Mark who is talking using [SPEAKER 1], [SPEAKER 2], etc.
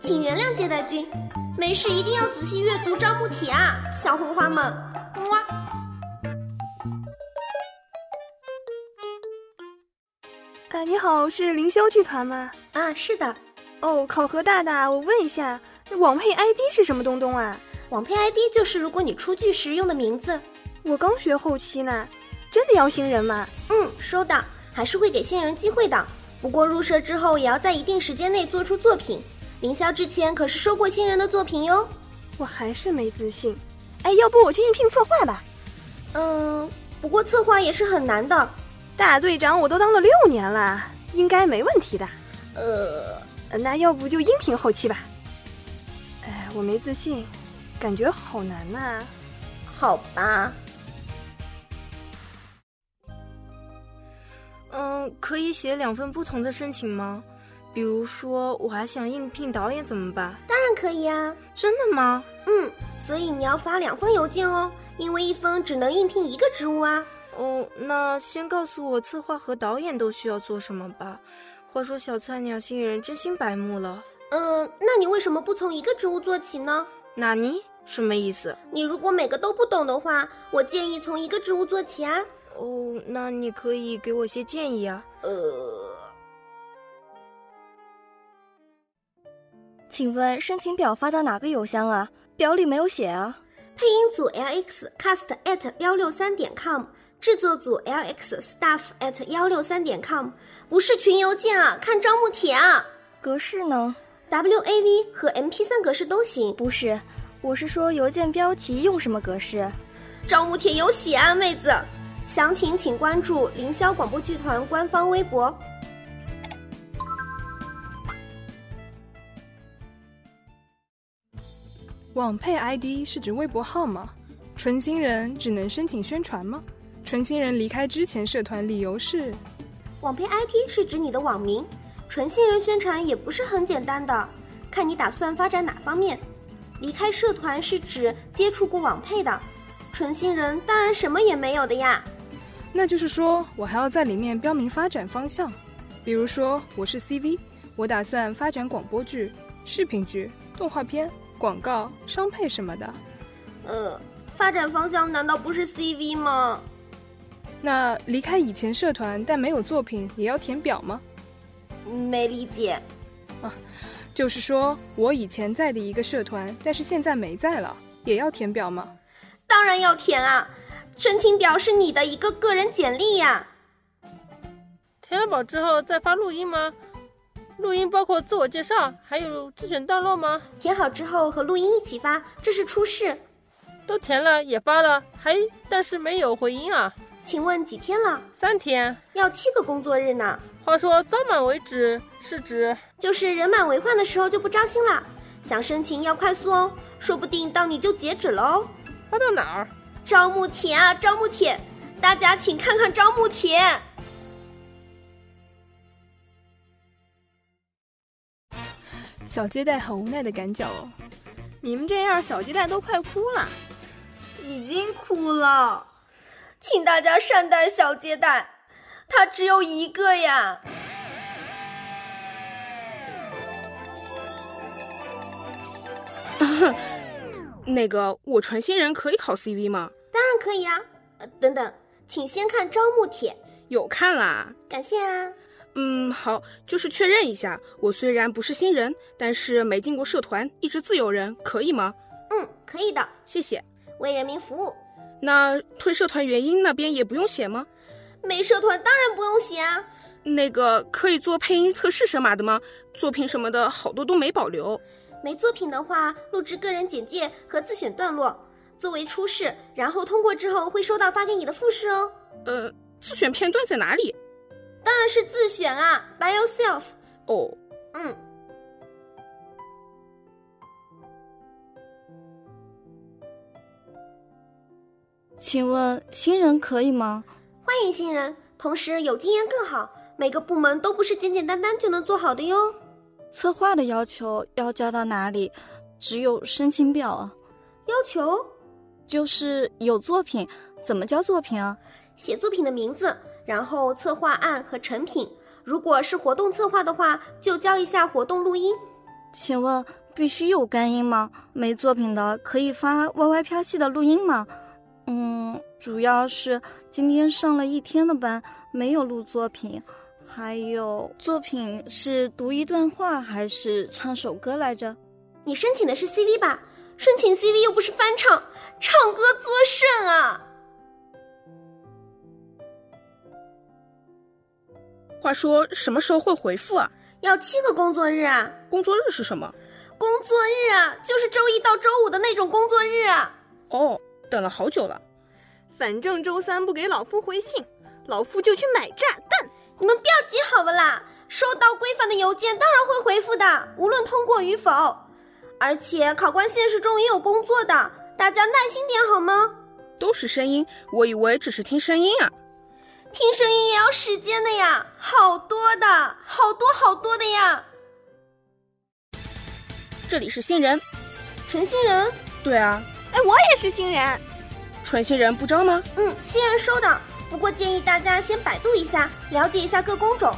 [SPEAKER 1] 请原谅接待君，没事一定要仔细阅读招募帖啊，小红花们，么哇！
[SPEAKER 2] 啊，你好，是凌霄剧团吗？
[SPEAKER 1] 啊，是的，
[SPEAKER 2] 哦，考核大大，我问一下，网配 ID 是什么东东啊？
[SPEAKER 1] 网配 ID 就是如果你出剧时用的名字。
[SPEAKER 2] 我刚学后期呢，真的要新人吗？
[SPEAKER 1] 嗯，收到，还是会给新人机会的。不过入社之后也要在一定时间内做出作品。凌霄之前可是收过新人的作品哟。
[SPEAKER 2] 我还是没自信。哎，要不我去应聘策划吧？
[SPEAKER 1] 嗯，不过策划也是很难的。
[SPEAKER 2] 大队长我都当了六年了，应该没问题的。
[SPEAKER 1] 呃，
[SPEAKER 2] 那要不就音频后期吧？哎，我没自信，感觉好难呐、
[SPEAKER 1] 好吧，
[SPEAKER 3] 嗯，可以写两份不同的申请吗？比如说，我还想应聘导演怎么办？
[SPEAKER 1] 当然可以啊。
[SPEAKER 3] 真的吗？
[SPEAKER 1] 嗯，所以你要发两封邮件哦，因为一封只能应聘一个职务啊。
[SPEAKER 3] 哦，那先告诉我策划和导演都需要做什么吧。话说小菜鸟新人真心白目了，
[SPEAKER 1] 嗯，那你为什么不从一个职务做起呢？
[SPEAKER 3] 纳尼？什么意思？
[SPEAKER 1] 你如果每个都不懂的话，我建议从一个职务做起啊。
[SPEAKER 3] 哦，那你可以给我些建议啊。
[SPEAKER 1] 呃，
[SPEAKER 4] 请问申请表发到哪个邮箱啊？表里没有写啊。
[SPEAKER 1] 配音组 LX cast at 幺六三点 com，制作组 LX staff at 幺六三点 com，不是群邮件啊，看招募帖啊。
[SPEAKER 4] 格式呢？
[SPEAKER 1] WAV 和 MP3 格式都行，
[SPEAKER 4] 不是，我是说邮件标题用什么格式？啊
[SPEAKER 1] 招募帖有写啊，妹子。详情请关注凌霄广播剧团官方微博。
[SPEAKER 5] 网配 ID 是指微博号吗？纯新人只能申请宣传吗？纯新人离开之前社团理由是？
[SPEAKER 1] 网配 IT 是指你的网名，纯新人宣传也不是很简单的，看你打算发展哪方面。离开社团是指接触过网配的，纯新人当然什么也没有的呀。
[SPEAKER 5] 那就是说我还要在里面标明发展方向，比如说我是 CV，我打算发展广播剧、视频剧、动画片、广告、商配什么的。
[SPEAKER 1] 呃，发展方向难道不是 CV 吗？
[SPEAKER 5] 那离开以前社团但没有作品也要填表吗？
[SPEAKER 1] 没理解。
[SPEAKER 5] 就是说我以前在的一个社团，但是现在没在了，也要填表吗？
[SPEAKER 1] 当然要填啊，申请表是你的一个个人简历呀、
[SPEAKER 6] 填了表之后再发录音吗？录音包括自我介绍，还有自选段落吗？
[SPEAKER 1] 填好之后和录音一起发，这是初试。
[SPEAKER 6] 都填了也发了，还但是没有回音啊。
[SPEAKER 1] 请问几天了？
[SPEAKER 6] 三天。
[SPEAKER 1] 要七个工作日呢。
[SPEAKER 6] 话说招满为止是指
[SPEAKER 1] 就是人满为患的时候就不扎心啦。想申请要快速哦，说不定到你就截止了哦。
[SPEAKER 6] 发到哪儿？
[SPEAKER 1] 招募帖啊，招募帖，大家请看看招募帖。
[SPEAKER 5] 小接待很无奈的赶脚哦。
[SPEAKER 2] 你们这样，小鸡蛋都快哭了。
[SPEAKER 1] 已经哭了，请大家善待小接待，他只有一个呀。
[SPEAKER 7] 那个，我传新人可以考 CV 吗？
[SPEAKER 1] 当然可以啊。呃，等等，请先看招募帖，
[SPEAKER 7] 有看啦。
[SPEAKER 1] 感谢啊。
[SPEAKER 7] 嗯，好，就是确认一下，我虽然不是新人，但是没进过社团，一直自由人，可以吗？
[SPEAKER 1] 嗯，可以的，
[SPEAKER 7] 谢谢。
[SPEAKER 1] 为人民服务。
[SPEAKER 7] 那退社团原因那边也不用写吗？
[SPEAKER 1] 没社团当然不用写啊。
[SPEAKER 7] 那个可以做配音测试神马的吗？作品什么的好多都没保留。
[SPEAKER 1] 没作品的话，录制个人简介和自选段落作为初试，然后通过之后会收到发给你的复试哦。
[SPEAKER 7] 呃，自选片段在哪里？
[SPEAKER 1] 当然是自选啊，by yourself。
[SPEAKER 7] 哦，
[SPEAKER 1] 嗯，
[SPEAKER 4] 请问新人可以吗？
[SPEAKER 1] 欢迎新人，同时有经验更好。每个部门都不是简简单单就能做好的哟。
[SPEAKER 4] 策划的要求要交到哪里？只有申请表啊，
[SPEAKER 1] 要求
[SPEAKER 4] 就是有作品，怎么交作品啊？
[SPEAKER 1] 写作品的名字，然后策划案和成品。如果是活动策划的话，就教一下活动录音。
[SPEAKER 4] 请问必须有干音吗？没作品的可以发 YY 飘戏的录音吗？嗯，主要是今天上了一天的班，没有录作品。还有作品是读一段话还是唱首歌来着？
[SPEAKER 1] 你申请的是 CV 吧？申请 CV 又不是翻唱，唱歌作甚啊？
[SPEAKER 7] 话说什么时候会回复啊？
[SPEAKER 1] 要七个工作日啊！
[SPEAKER 7] 工作日是什么？
[SPEAKER 1] 工作日啊，就是周一到周五的那种工作日啊。
[SPEAKER 7] 哦，等了好久了。
[SPEAKER 8] 反正周三不给老夫回信，老夫就去买炸弹。
[SPEAKER 1] 你们不要急好不啦？收到规范的邮件当然会回复的，无论通过与否。而且考官现实中也有工作的，大家耐心点好吗？
[SPEAKER 7] 都是声音，我以为只是听声音啊。
[SPEAKER 1] 听声音也要时间的呀，好多的，好多好多的呀。
[SPEAKER 7] 这里是新人，
[SPEAKER 1] 纯新人，
[SPEAKER 7] 对啊，
[SPEAKER 8] 哎，我也是新人，
[SPEAKER 7] 纯新人不招吗？
[SPEAKER 1] 嗯，新人收到。不过建议大家先百度一下，了解一下各工种，